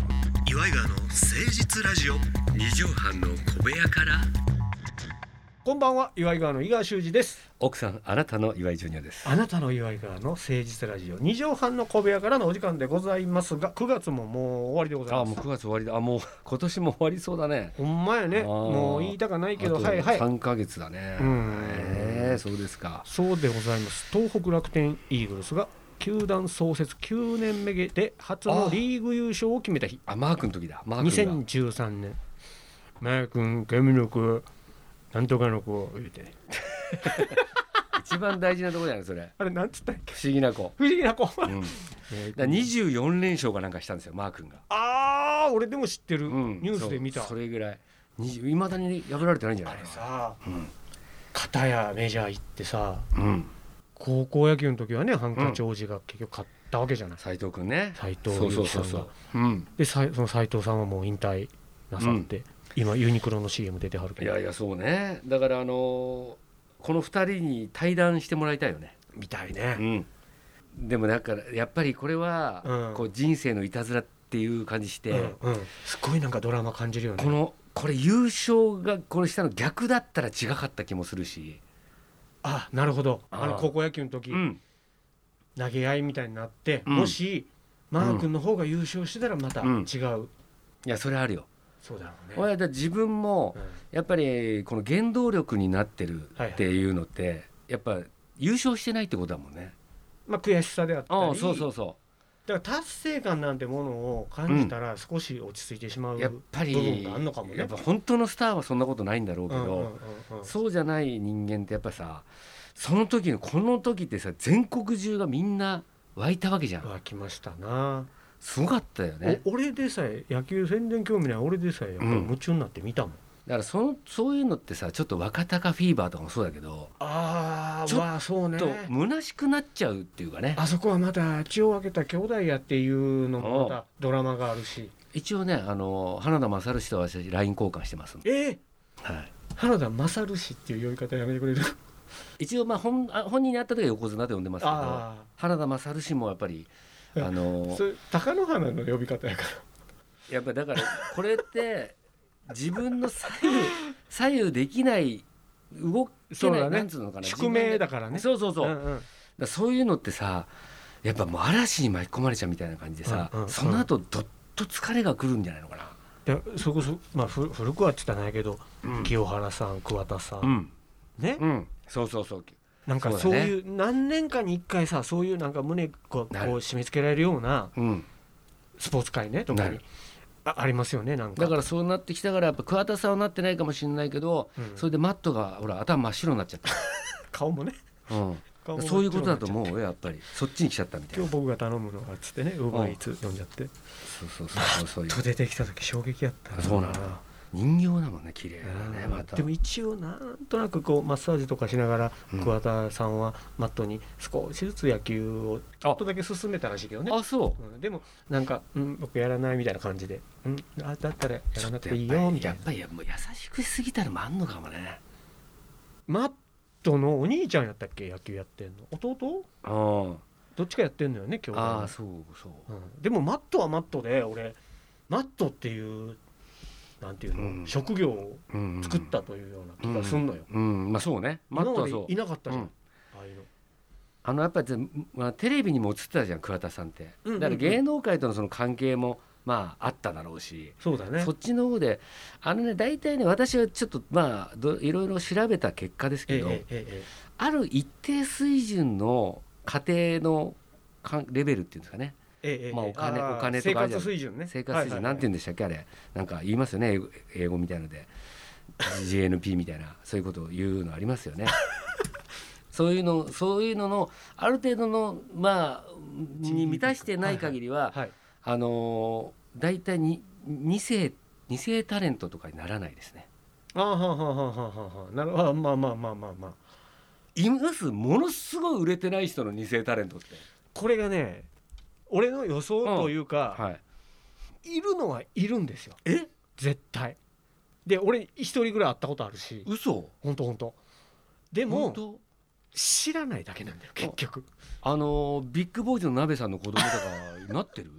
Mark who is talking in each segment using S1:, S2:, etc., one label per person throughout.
S1: イガーの誠実ラジオ
S2: 二畳半の小部屋から
S3: こんばんは岩井川の井川修司です
S2: 奥さんあなたの岩井ジュニアです
S3: あなたの岩井川の誠実ラジオ二畳半の小部屋からのお時間でございますが9月ももう終わりでございま
S2: あもう
S3: す
S2: 9月終わりだあもう今年も終わりそうだね
S3: ほんまやね
S2: あー
S3: もう言いたかないけど
S2: あと
S3: はいはい
S2: 三ヶ月だね
S3: うん
S2: ええそうですか
S3: そうでございます東北楽天イーグルスが球団創設9年目で初のリーグ優勝を決めた日
S2: あマークの時だマークが
S3: 2013年「マー君神の子なんとかの子」言うて
S2: 一番大事なところだよねそれ
S3: あれなんつったんや
S2: 不思議な子
S3: 不思議な子、
S2: うんだから24連勝かなんかしたんですよマー君が
S3: ああ俺でも知ってる、
S2: うん
S3: ニュースで見た
S2: そうそれぐらいいまだに破られてないんじゃな
S3: あ
S2: い
S3: れ
S2: か
S3: さ、
S2: うん
S3: 片やメジャー行ってさ
S2: なうん
S3: 高校野球の時はねハンカチ王子が結局勝ったわけじゃない、
S2: 斎藤君ね
S3: 斎藤
S2: そうそ
S3: 佑
S2: う
S3: 樹さ
S2: そ
S3: ん
S2: う
S3: が
S2: そううん
S3: でさいその斎藤さんはもう引退なさって、今ユニクロの CM 出てはるけ
S2: い
S3: ど
S2: やいやそうねだからあのーこの二人に対談してもらいたいよね
S3: みたいね、
S2: うん、でもだからやっぱりこれは、
S3: うん
S2: こう人生のいたずらっていう感じして、
S3: うんうんすごいなんかドラマ感じるよね
S2: このこれ優勝がこれしたの逆だったら違かった気もするし、
S3: あなるほど
S2: あー
S3: あの高校野球の時、
S2: うん
S3: 投げ合いみたいになって、
S2: うん
S3: もしマー君の方が優勝してたらまた違う、
S2: うんいやそれあるよ。
S3: そうだろうね、
S2: 俺はだから自分も
S3: うん
S2: やっぱりこの原動力になってるっていうのって、やっぱ優勝してないってことだもんね。
S3: まあ、悔しさであった
S2: ああ
S3: り
S2: そうそうそ
S3: だから達成感なんてものを感じたら少し落ち着いてしまう、
S2: う。やっぱり
S3: 部分があんのかもね
S2: やっぱ本当のスターはそんなことないんだろうけ
S3: うん
S2: ど。
S3: うんうんうん
S2: そうじゃない人間ってやっぱさその時のこの時ってさ全国中がみんな湧いたわけじゃ
S3: うんわ来ましたな、
S2: すごかったよね
S3: お俺でさえ野球全然興味ない俺でさえやっぱり
S2: うん
S3: 夢中になって見たもん、
S2: だからそのそういうのってさちょっと若鷹フィーバーとかもそうだけど
S3: あ
S2: ー
S3: あまあそうね
S2: ちょっと虚しくなっちゃうっていうかね
S3: あそこはまた血を分けた兄弟やっていうのもまたドラマがあるし
S2: 一応ねあの花田勝氏と私 LINE 交換してますんで、
S3: えー、
S2: はい、
S3: 原田勝氏っていう呼び方やめてくれる
S2: 一応まあ本あ本人に会った時は横綱と呼んでますけど
S3: あ
S2: 花田勝氏もやっぱりあ
S3: あ
S2: の
S3: それ貴乃花の呼び方やから
S2: やっぱだからこれって自分の左右左右できない動けない、
S3: そうだね
S2: なんつうのかな
S3: 宿命だからね
S2: そうそうそう、だか
S3: んん
S2: らそういうのってさやっぱもう嵐に巻き込まれちゃうみたいな感じでさ、
S3: うんうんうん
S2: その後どっと疲れがくるんじゃないのかな
S3: でそれこそ、まあ、ふ古くはって言ったらないけど、
S2: うん
S3: 清原さん桑田さん、
S2: うん、
S3: ね、
S2: うん、そうそうそう
S3: なんか
S2: そ
S3: そうう
S2: だね
S3: いう何年かに一回さそういうなんか胸こう
S2: なる
S3: こう締め付けられるような
S2: うん
S3: スポーツ界ね特
S2: な
S3: に
S2: る
S3: あありますよねなんか
S2: だからそうなってきたからやっぱ桑田さんはなってないかもしれないけど、
S3: うん
S2: それでマットがほら頭真っ白になっちゃっ
S3: 顔もね
S2: た、うん、
S3: 顔も
S2: そういうことだと
S3: う
S2: 思うよやっぱりそっちに来ちゃったみたい
S3: 今
S2: な
S3: 日僕が頼むのがっつってねウーバーイーツ読んじゃって
S2: そうそうそうそういう
S3: と出てきた時衝撃やった
S2: そうなの人形だもんね綺麗だ
S3: うん
S2: ねまた
S3: でも一応なんとなくこうマッサージとかしながら
S2: うん
S3: 桑田さんはマットに少しずつ野球をちょっとだけ進めたらしいけどね
S2: あそう
S3: うんでもなんか、うん、僕やらないみたいな感じで、うん、あだったらやらなくていい
S2: や
S3: よ
S2: っぱ
S3: み
S2: り
S3: た
S2: や
S3: い
S2: っ
S3: な
S2: ぱりもう優しくしすぎたのもあんのかもね
S3: マットのお兄ちゃんやったっけ野球やってんの弟
S2: うん
S3: どっちかやってんのよね兄弟
S2: ああそうそう
S3: う、ん、でもマットはマットで俺マットっていうなんていうの、
S2: うん
S3: 職業を
S2: うん
S3: 作ったというような気がすんのよ、
S2: うん、うんまあそうねマットは
S3: 今
S2: そ
S3: まで
S2: う
S3: いなかったじゃん、
S2: うん
S3: ああいうの
S2: あのやっぱりぜ、まあ、テレビにも映ってたじゃん桑田さんって
S3: うんうんう
S2: だ
S3: ん
S2: から芸能界とのその関係もまああっただろうし、
S3: そうだね
S2: そっちの方であのね大体ね私はちょっとまあどいろいろ調べた結果です
S3: え
S2: けど、
S3: えええ
S2: ある一定水準の家庭のかんレベルっていうんですかね
S3: ええええ
S2: まあお金
S3: ー
S2: お金と
S3: 生
S2: かあるじゃん
S3: 活水準ね
S2: 生活水準なんて言うんでしたっけあれなんか言いますよね英語英語みたいので GNP みたいなそういうことを言うのありますよ ねそういうのそういうののある程度のまあに満たしてない限り
S3: は
S2: は
S3: いはいはい
S2: あのー大体に二世二世タレントとかにならないですね
S3: あーはあはあはあはあはあなるほどあまあまあまあまあまあ
S2: いますものすごい売れてない人の二世タレントって
S3: これがね俺の予想というか、
S2: はい
S3: い、るのはいるんですよ
S2: え
S3: 絶対で俺一人ぐらい会ったことあるし
S2: 嘘
S3: ほんとほんとで
S2: 本
S3: も
S2: 当
S3: 知らないだけなんだよ結局
S2: あのービッグボーイズの鍋さんの子供とかなってる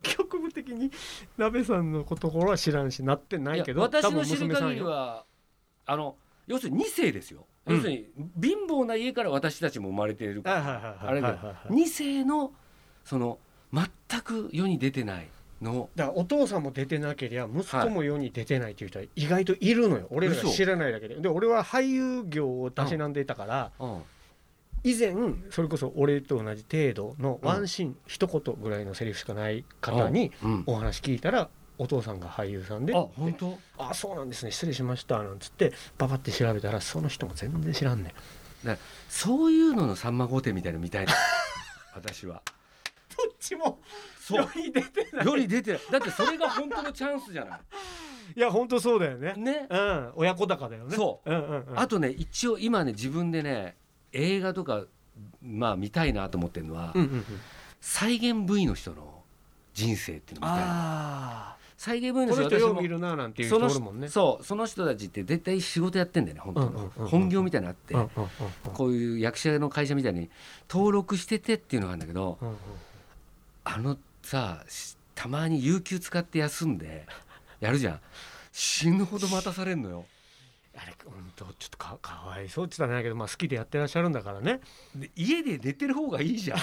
S3: 局部的に鍋さんのところは知らんしなってないけど
S2: や私の知る
S3: 多分娘さん
S2: 限り
S3: よ
S2: はあの要するに2世ですよ、
S3: うん
S2: 要するに貧乏な家から私たちも生まれてい
S3: は
S2: る
S3: い
S2: から
S3: はい
S2: あ
S3: はいは
S2: れ
S3: い
S2: だ
S3: はい
S2: よ
S3: はいはい
S2: 2世のその全く世に出てないの
S3: だからお父さんも出てなけりゃ息子も世に出てないっていう人は意外といるのよ俺らが
S2: 嘘
S3: 知らないだけでで俺は俳優業をたしなんでいたから
S2: うん
S3: 以前それこそ俺と同じ程度のワンシーン一言ぐらいのセリフしかない方に
S2: うん
S3: お話聞いたらお父さんが俳優さんで
S2: あ本当
S3: あそうなんですね失礼しましたなんつってババって調べたらその人も全然知らんねん
S2: そういうののさんま御殿みたいなの 見たいな私は
S3: どっちも
S2: そう
S3: に出て
S2: 世に出てないだってそれが本当のチャンスじゃない
S3: や本当そうだよね
S2: いね
S3: うん親子高だよね、
S2: そう
S3: うんうんうん、
S2: あとね一応今ね自分でね映画とかまあ見たいなと思ってるのは、
S3: うんうんうん、
S2: 再現部位の人の人生っていうのみたいな
S3: ああ
S2: 再現部位の
S3: こ
S2: 人
S3: の人
S2: 私
S3: よ
S2: も
S3: う見るななんていう人
S2: その
S3: おるもんね
S2: そうその人たちって絶対仕事やってんだよね本当の、
S3: うんうんうんうん
S2: 本業みたいなのあって、
S3: うんうんうん
S2: こういう役者の会社みたいに登録しててっていうのがあるんだけど
S3: うんうん
S2: あのさしたまに有給使って休んでやるじゃん死ぬほど待たされんのよ
S3: あれ本当ちょっとかかわいそうって言ったらないけど、まあ、好きでやってらっしゃるんだからね
S2: で家で寝てる方がいいじゃん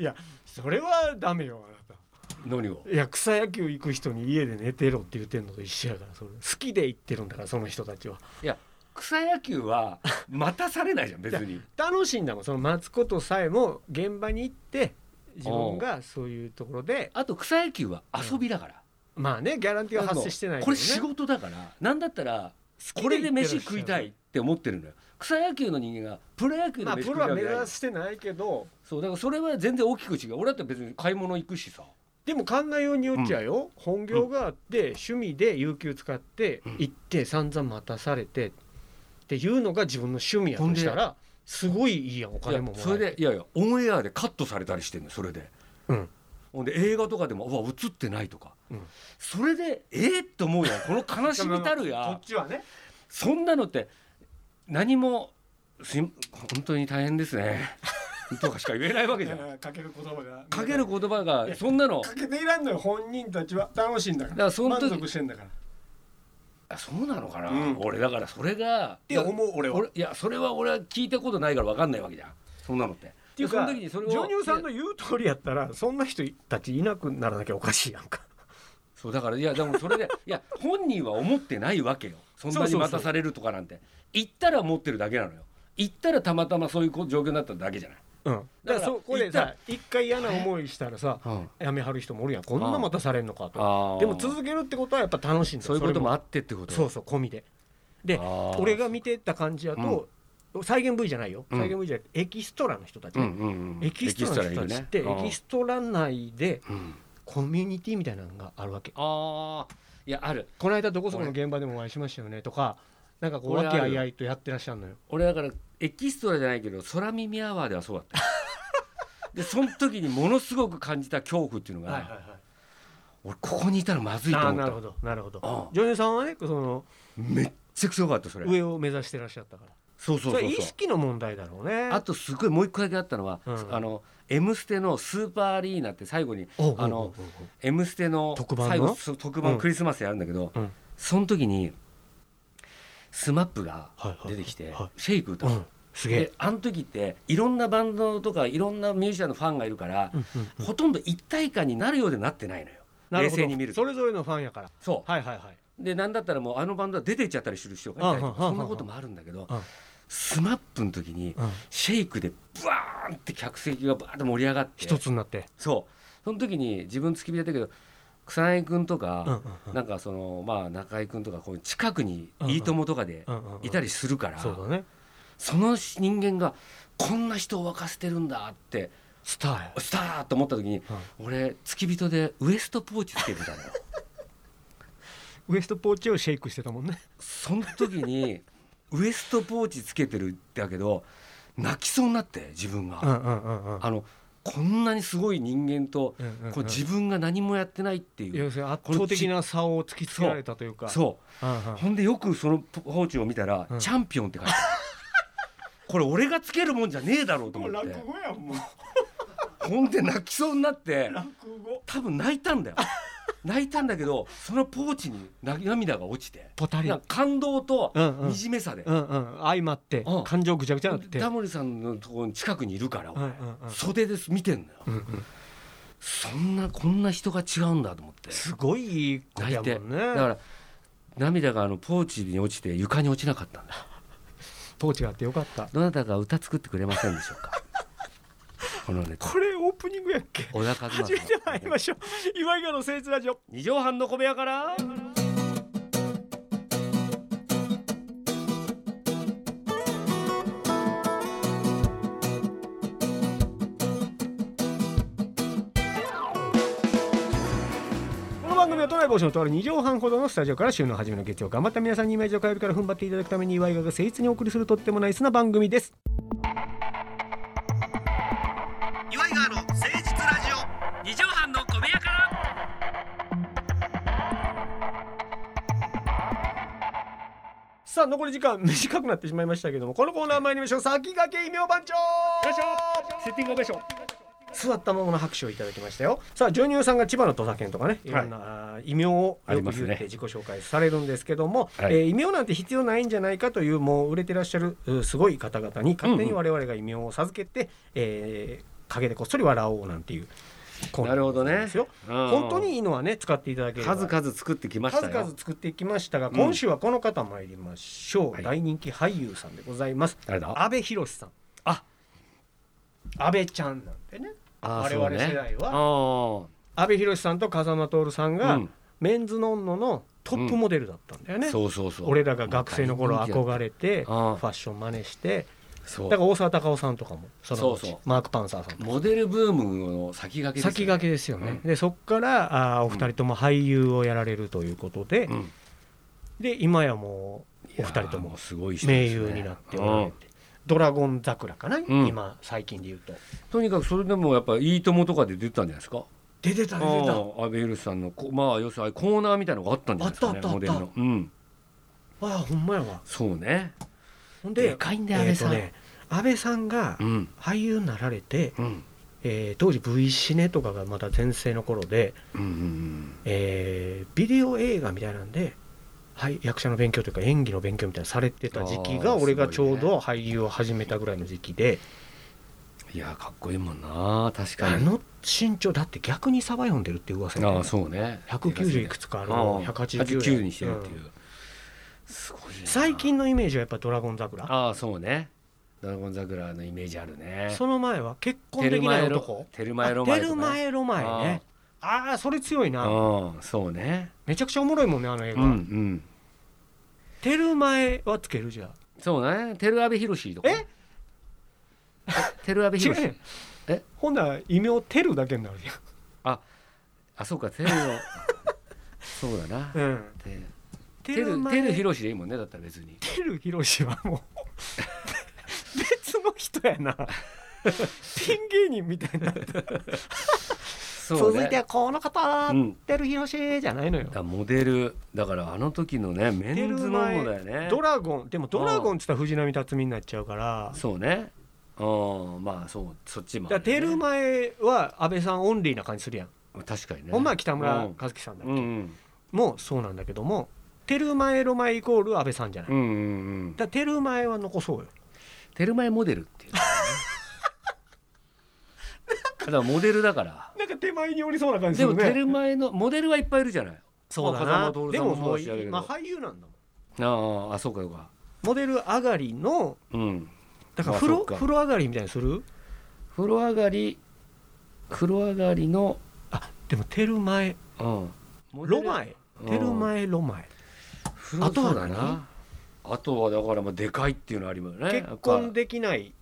S3: いやそれはダメよあな
S2: 何を
S3: たいや草野球行く人に家で寝てろって言ってんのと一緒やからそれ好きで行ってるんだからその人たちはい
S2: や草野球は待たされないじゃん別に
S3: 楽しいんだもんその待つことさえも現場に行って自分がそういうところで
S2: あと草野球は遊びだから、
S3: まあねギャランティーは発生してないけど、ね、
S2: これ仕事だからなんだったらこれで飯食いたいって思ってるのよ草野球の人間がプロ野球で
S3: まあ
S2: 飯
S3: プ
S2: 食い
S3: ロ
S2: たい
S3: は
S2: わけ
S3: 目
S2: じ
S3: 指
S2: ゃない
S3: してないけど
S2: そうだからそれは全然大きく違う俺だって別に買い物行くしさ
S3: でも考えようによっちゃよ、本業があって趣味で有給使って行って散々待たされてっていうのが自分の趣味やとしたらすごいいいやんお金もも
S2: い
S3: らえ
S2: やそれでいやいやオンエアでカットされたりしてんのそれで
S3: うん
S2: ほんで映画とかでもうわ映ってないとか、
S3: うん
S2: それでえっ、と思うやんこの悲しみたる
S3: こ っ
S2: や
S3: ちはね
S2: そんなのって何もすい本当に大変ですねとかしか言えないわけじゃ ん
S3: かける言葉が
S2: かける言葉がそんなの
S3: かけていらんのよ本人たちは楽しいんだから
S2: だからその時
S3: 満足してんだからっ
S2: あそうなのかな、
S3: うん
S2: 俺だからそれがって
S3: 思う俺はっ
S2: 俺いやそれは俺は聞いたことないから分かんないわけじゃんそんなのって。って
S3: いうか
S2: そ
S3: ジ
S2: の時にそれを
S3: ョニオさんの言う通りやったらそんな人たちいなくならなきゃおかしいやんか
S2: そうだからいやでもそれでいや本人は思ってないわけよそんなに待たされるとかなんて行ったら持ってるだけなのよ行ったらたまたまそういうこ状況になっただけじゃない、
S3: うんだか
S2: だからら
S3: そこで
S2: 行った
S3: さ一回嫌な思いしたらさやめはる人もおるやんこんな待たされんのかと
S2: あ
S3: でも続けるってことはやっぱ楽しいんだよ
S2: そういうこともあ
S3: れ
S2: ってってこと
S3: そうそう込みでで
S2: あー
S3: 俺が見てた感じやと、再現部位じゃないよ
S2: うん
S3: 再現部位じゃなくてエキストラの人たち、
S2: うんうんうん
S3: エキストラの人たちってエ
S2: エキ
S3: キ
S2: ス
S3: ストラ内で
S2: トラいるね
S3: コミュニティみたいなのがあるわけ
S2: うんああいやある
S3: この間どこそこの現場でもお会いしましたよねとかなんかこう
S2: 俺
S3: 和
S2: ある
S3: 気あいあいとやってらっしゃるのよ
S2: 俺だからエキストラじゃないけど空耳アワーではそう だったでその時にものすごく感じた恐怖っていうのが、俺ここにいたらまずいと
S3: ああ
S2: 思
S3: なる
S2: っ
S3: ほどなるほど
S2: うん
S3: 女優さんはねその
S2: ためっちゃくちゃよかったそれ
S3: 上を目指してらっしゃったから
S2: そうそう
S3: そ
S2: そう
S3: れ
S2: そう
S3: 意識の問題だろうね
S2: あとすごいもう一個だけあったのは「
S3: うん
S2: あの M ステ」のスーパーアリーナって最後に
S3: おうおうおうおう
S2: あの「M ステ」の
S3: 特番の
S2: 最後そう特
S3: う
S2: 番
S3: ん
S2: クリスマスやるんだけど、
S3: うん
S2: その時にスマップが出てき
S3: は
S2: て
S3: いはいはい
S2: シェイク歌
S3: う
S2: う、
S3: んすげえ
S2: であの時っていろんなバンドとかいろんなミュージシャンのファンがいるから、
S3: うんうん
S2: ほとんど一体感になるようでなってないのよ
S3: なる
S2: 冷
S3: ほど
S2: 静に見ると
S3: それぞれのファンやから
S2: そう
S3: はいはいはい
S2: で何だったらもうあのバンドは出ていっちゃったりする人がいたりとか
S3: うんうんうんうん
S2: そんなこともあるんだけど
S3: うん
S2: スマップの時にシェイクでブワーンって客席がバーンと盛り上がって
S3: 一つになって
S2: そうその時に自分付き人だったけど草薙君と
S3: うんうん
S2: か、
S3: うん
S2: なんかそのまあ中居君とかこう近くに「いいとも!」とかで
S3: うんうんうん
S2: いたりするから、
S3: そうだね
S2: その人間がこんな人を沸かせてるんだって
S3: スターや
S2: スターと思った時に、俺付き人でウエストポーチつけてたのよ。
S3: ウエストポーチをシェイクしてたもんね
S2: その時にウエストポーチつけてるんだけど泣きそうになって自分が、
S3: うんうんうんうん
S2: あのこんなにすごい人間と、
S3: うんうんうん
S2: こう自分が何もやってないっていう
S3: 要するに圧倒的な差を突きつけられたというか
S2: そう
S3: うんうん
S2: うほんでよくそのポーチを見たら、
S3: うん
S2: チャンピオンって書いてあるこれ俺がつけるもんじゃねえだろうと思って
S3: やもう
S2: ほんで泣きそうになって
S3: 落語
S2: 多分泣いたんだよ泣いたんだけどそのポーチに涙が落ちて
S3: ポタリ
S2: なんか感動と
S3: うんうん
S2: 惨めさで、
S3: うんうん相まって
S2: うん
S3: 感情ぐちゃぐちゃになって
S2: タモリさんのところに近くにいるから、
S3: うん
S2: 俺
S3: うんうん
S2: 袖です見てんのよ、
S3: うんうん
S2: そんなこんな人が違うんだと思って
S3: すごいいいこと
S2: 泣
S3: や
S2: いて、
S3: もんね
S2: だから涙があのポーチに落ちて床に落ちなかったんだ
S3: ポーチがあってよかった
S2: どなたか歌作ってくれませんでしょ うかこのネタ
S3: これオープニングやっけ
S2: 小田和正
S3: 初めて参りましょう岩井川の誠実ラジオ
S2: 二畳半の小部屋から
S3: この番組は都内防止のとある2畳半ほどのスタジオから週の初めの月曜頑張った皆さんにイメージを変えるから踏ん張っていただくために岩井川が誠実にお送りするとってもナイスな番組です
S1: 岩井川の誠実ラジオ
S2: 二畳半の小部屋から
S3: さあ残り時間 短くなってしまいましたけどもこのコーナー参りましょう先駆け異名番長
S2: よいしょセッティングオベーション
S3: 座ったままの拍手をいただきましたよさあジョニオさんが千葉の土佐犬とかねいろんな、あー異名を
S2: あ
S3: よ
S2: り
S3: く
S2: ます
S3: 言
S2: ね
S3: って自己紹介されるんですけども、
S2: はい
S3: えー異名なんて必要ないんじゃないかというもう売れてらっしゃるうすごい方々に勝手に我々が異名を授けて、えー陰でこっそり笑おうなんていうコーナー
S2: なるほどね
S3: んですよ、
S2: うん
S3: 本当にいいのはね使っていただければ
S2: 数々作ってきました
S3: 数
S2: よ
S3: 々作ってきましたが
S2: ん
S3: 今週はこの方参りましょう、
S2: はい
S3: 大人気俳優さんでございます
S2: 誰だ
S3: 阿部寛さんあ阿部ちゃんなんてね
S2: あ
S3: 我
S2: ー
S3: 々
S2: そうね
S3: 世代は
S2: あー
S3: 阿部寛さんと風間徹さんが、
S2: うん
S3: メンズノンノのトップモデルだったんだよね、
S2: そうそうそう
S3: 俺らが学生の頃憧れてフ
S2: あ
S3: ァッ
S2: あ
S3: ション真似して
S2: そう
S3: だから大沢たかおさんとかもそのうち
S2: そうそう
S3: マーク・パンサーさんとか
S2: モデルブームの先駆けですよね
S3: 先駆けですよね、
S2: う
S3: でそっからあーお二人とも俳優をやられるということで、
S2: うん
S3: で今やもうお二人と
S2: いやー
S3: も
S2: すごい人
S3: 盟
S2: ですね
S3: 友になっておられて、ドラゴン桜かな、
S2: ん
S3: 今最近で言うと
S2: とにかくそれでもやっぱ「いいとも」とかで出てたんじゃないですか
S3: 出てた出てた
S2: 阿部寛さんのこまあ要するにコーナーみたいなのがあったんじゃないですかね
S3: あったあ
S2: モ
S3: っ
S2: デ
S3: たあ
S2: ル
S3: った
S2: のうん
S3: ああほんまやわ
S2: そうね
S3: ほん
S2: でかいんだよ
S3: えーと
S2: 安倍さん
S3: ね安倍さんが
S2: うん
S3: 俳優になられて、
S2: うん
S3: えー当時 V シネとかがまだ全盛の頃で、
S2: うんうん
S3: えービデオ映画みたいなんで、はい、役者の勉強というか演技の勉強みたいなのされてた時期が
S2: あー
S3: 俺がち
S2: すごい
S3: ょう
S2: ね
S3: ど俳優を始めたぐらいの時期で、
S2: いやかっこいいもんな確
S3: あ
S2: かに
S3: の身長だって逆にサバ読んでるって噂
S2: あ
S3: が
S2: あそうね
S3: 190いくつかある
S2: あ
S3: の
S2: あ
S3: 189
S2: 189にしてるっていう、すごいな
S3: 最近のイメージはやっぱ「ドラゴン桜
S2: ああそうねドラゴン桜のイメージある」ね
S3: その前は「結婚
S2: テ
S3: で
S2: ル
S3: きな
S2: マ
S3: い
S2: エ
S3: 男
S2: ロ」テルマエロ
S3: あ
S2: 前
S3: テルマエロ前ねああーそれ強いな
S2: うんそうね
S3: めちゃくちゃおもろいもんねあの映
S2: う
S3: 画、
S2: んうん
S3: テルマエはつけるじゃん
S2: そうねテルアベヒロシとか
S3: え
S2: テルアベヒ
S3: 違う
S2: ロ
S3: や
S2: シ
S3: ん
S2: え
S3: ほんなら異名テルだけになるじ
S2: あそうかテルの そうだな
S3: ゃん、うん、
S2: テ
S3: テ
S2: テル
S3: マ
S2: テ
S3: エ
S2: ルヒロシでいいもんねだったら別に
S3: テルヒロシは もう別の人やなピン芸人みたいになって、
S2: そ
S3: 続いてはこの方、
S2: うん
S3: テルヒロシじゃないのよ
S2: だからモデルだからあの時のねメンズのものだよね
S3: ドラゴンでもドラゴンっつったら藤波辰巳になっちゃうから
S2: そうねうんまあそうそっちも
S3: だからテルマエは安倍さんオンリーな感じするやん、
S2: 確かにね
S3: ほんまは北村
S2: うん
S3: 和樹さんだ、
S2: うんうん
S3: もうそうなんだけどもテルマエロマエイコール安倍さんじゃない、
S2: うんうんうん
S3: だからテルマエは残そうよ
S2: テルマエモデルっ ていうのねだからモデルだから
S3: なんか手前におりそうな感
S2: でもテルマエのモデルはいっぱいいるじゃない
S3: そうだ
S2: まあ
S3: な
S2: 風間
S3: で
S2: 徹さん
S3: も
S2: も
S3: も
S2: そううだしあれだけど
S3: 今俳優なんだもん
S2: あああそうかそうか
S3: モデル上がりの
S2: うん
S3: だから
S2: あ
S3: 風
S2: そ
S3: 呂
S2: っか
S3: 風呂上がりみたいにする
S2: 風呂上がり風呂上がりの
S3: あでもテルマエ
S2: うん
S3: ロマエ
S2: うん
S3: テルマエロマエ
S2: 風呂
S3: あとは
S2: そうだなあとはだからまあでかいっていうのありますよね
S3: 結婚できない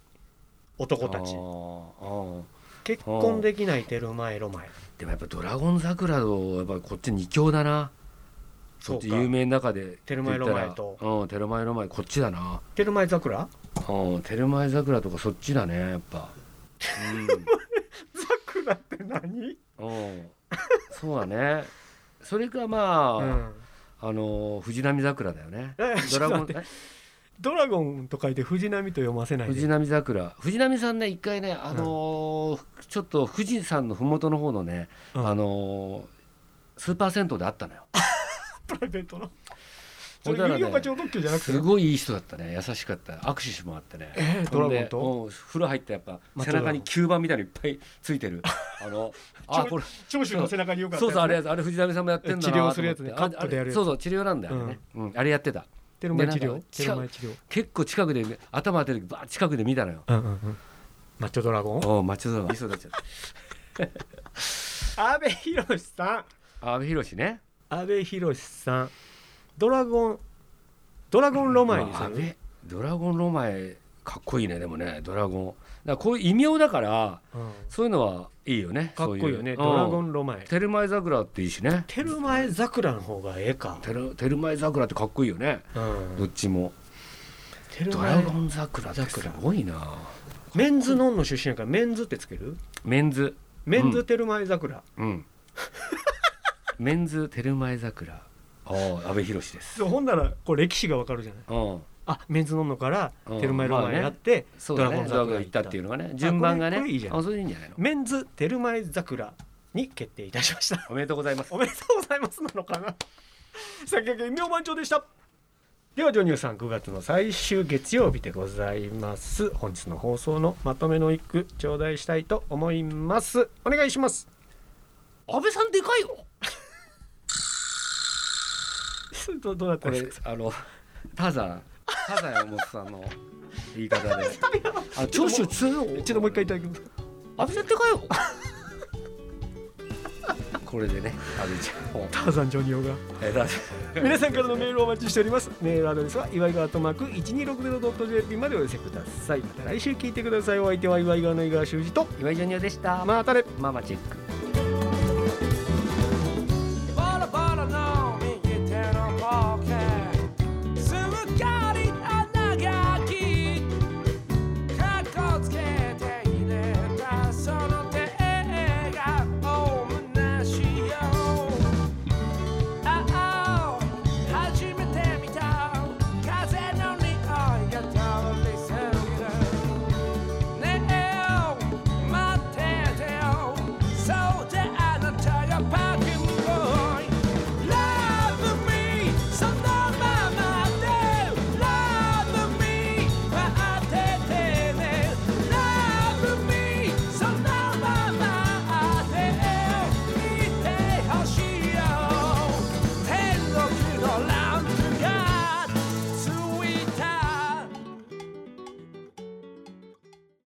S3: 男た
S2: あ
S3: ち
S2: ーあー
S3: 結婚できないテルマエロマエ
S2: でもやっぱ「ドラゴン桜」とやっぱこっち二強だな
S3: そ
S2: そうっ
S3: か
S2: ち有名の中で
S3: テルマエロマエと
S2: って言ったらうんテルマエロマエこっちだな
S3: テルマエ桜
S2: うんテルマエ桜とかそっちだねやっ ぱ
S3: 桜って何
S2: うん、うん、そうだねそれかまあ、
S3: うん
S2: あのー藤波桜だよね
S3: え
S2: ドラゴン
S3: ちょっと待っドラゴンと書いて藤波と読ませない
S2: 藤
S3: で
S2: 波桜藤波さんね一回ねあのーちょっと富士山の麓の方のね、
S3: うん
S2: あのースーパー銭湯で会ったのよ
S3: プライベートのそ
S2: ほん
S3: れ
S2: だら
S3: 有
S2: ね
S3: 料課長特急じゃなくて
S2: すごいいい人だったね優しかった握手しもあってね
S3: えードラゴンと
S2: ほんでうん風呂入ってやっぱ
S3: マッチ
S2: 背
S3: ョドラゴ
S2: 中
S3: ン
S2: に吸盤みたいのいっぱいつい てるあのあこれ
S3: 長州の背中によかった
S2: そうそうあれ
S3: っ
S2: あれ藤波さんもやってんだな
S3: 治療するやつね
S2: と思って
S3: カットでやるやつ
S2: ああれそうそう治療なんだよね、うんあれやってた
S3: テルマエ治
S2: でなん
S3: 療
S2: か
S3: テルマエ治療
S2: 結構近くでね頭当てるバー近くで見たのよ
S3: うんうんうんマッチョドラゴン
S2: おおマッチョドラマいそうだっちゃっ
S3: 阿部寛さん
S2: た阿部寛ね
S3: 阿部寛さんドラゴンドラゴンロマエに
S2: まあ
S3: する
S2: 安倍ドラゴンロマエかっこいいねでもねドラゴンだからこういう異名だから
S3: うん
S2: そういうのはいいよね
S3: かっこいいよね
S2: そう
S3: ドラゴ
S2: うん
S3: ンロマエ
S2: テルマエ桜っていいしね
S3: テルマエ桜の方がええか
S2: テルテルマエ桜ってかっこいいよね
S3: うん
S2: どっちも
S3: テル
S2: ド
S3: マ
S2: ラ
S3: エ
S2: ゴン桜ってすごいな
S3: メンズノンの出身やからメンズってつける
S2: メンズ
S3: メンズテルマエ桜
S2: うん メンズテルマエ桜ああ阿部寛です
S3: そうほんならこれ歴史がわかるじゃない
S2: うん
S3: あメンズノンのから
S2: うん
S3: テルマエロマエやって
S2: そう
S3: ド
S2: だ
S3: ラゴ
S2: ね
S3: ン
S2: ドラゴン
S3: 桜
S2: 行
S3: 行
S2: っ
S3: った
S2: たっていうのがね順番がね
S3: これいいじゃん
S2: あそれいいんじゃないの
S3: メンズテルマエ桜に決定いたしま した
S2: おめでとうございます
S3: おめでとうございますなのかな先駆け妙番長でしたではジョニューさん9月の最終月曜日でございます本日の放送のまとめの一句頂戴したいと思いますお願いします
S2: 安倍さんでかいよ
S3: どどうだった
S2: こ
S3: んです
S2: れ
S3: か
S2: あの ターザンターザン山本さんの言い方で あ長州強いよ
S3: 一度もう一回いただきます
S2: 安倍さんでかいよ これでね安倍ちゃんを
S3: ターザンジョニオが
S2: えだっ て
S3: 皆さんからのメールをお待ちしておりますメールアドレスは祝い川とマーク 1260.jp までお寄せくださいまた来週聞いてくださいお相手は祝い川の井川修司と
S2: 岩井ジョニオでした
S3: またね
S2: ママチェック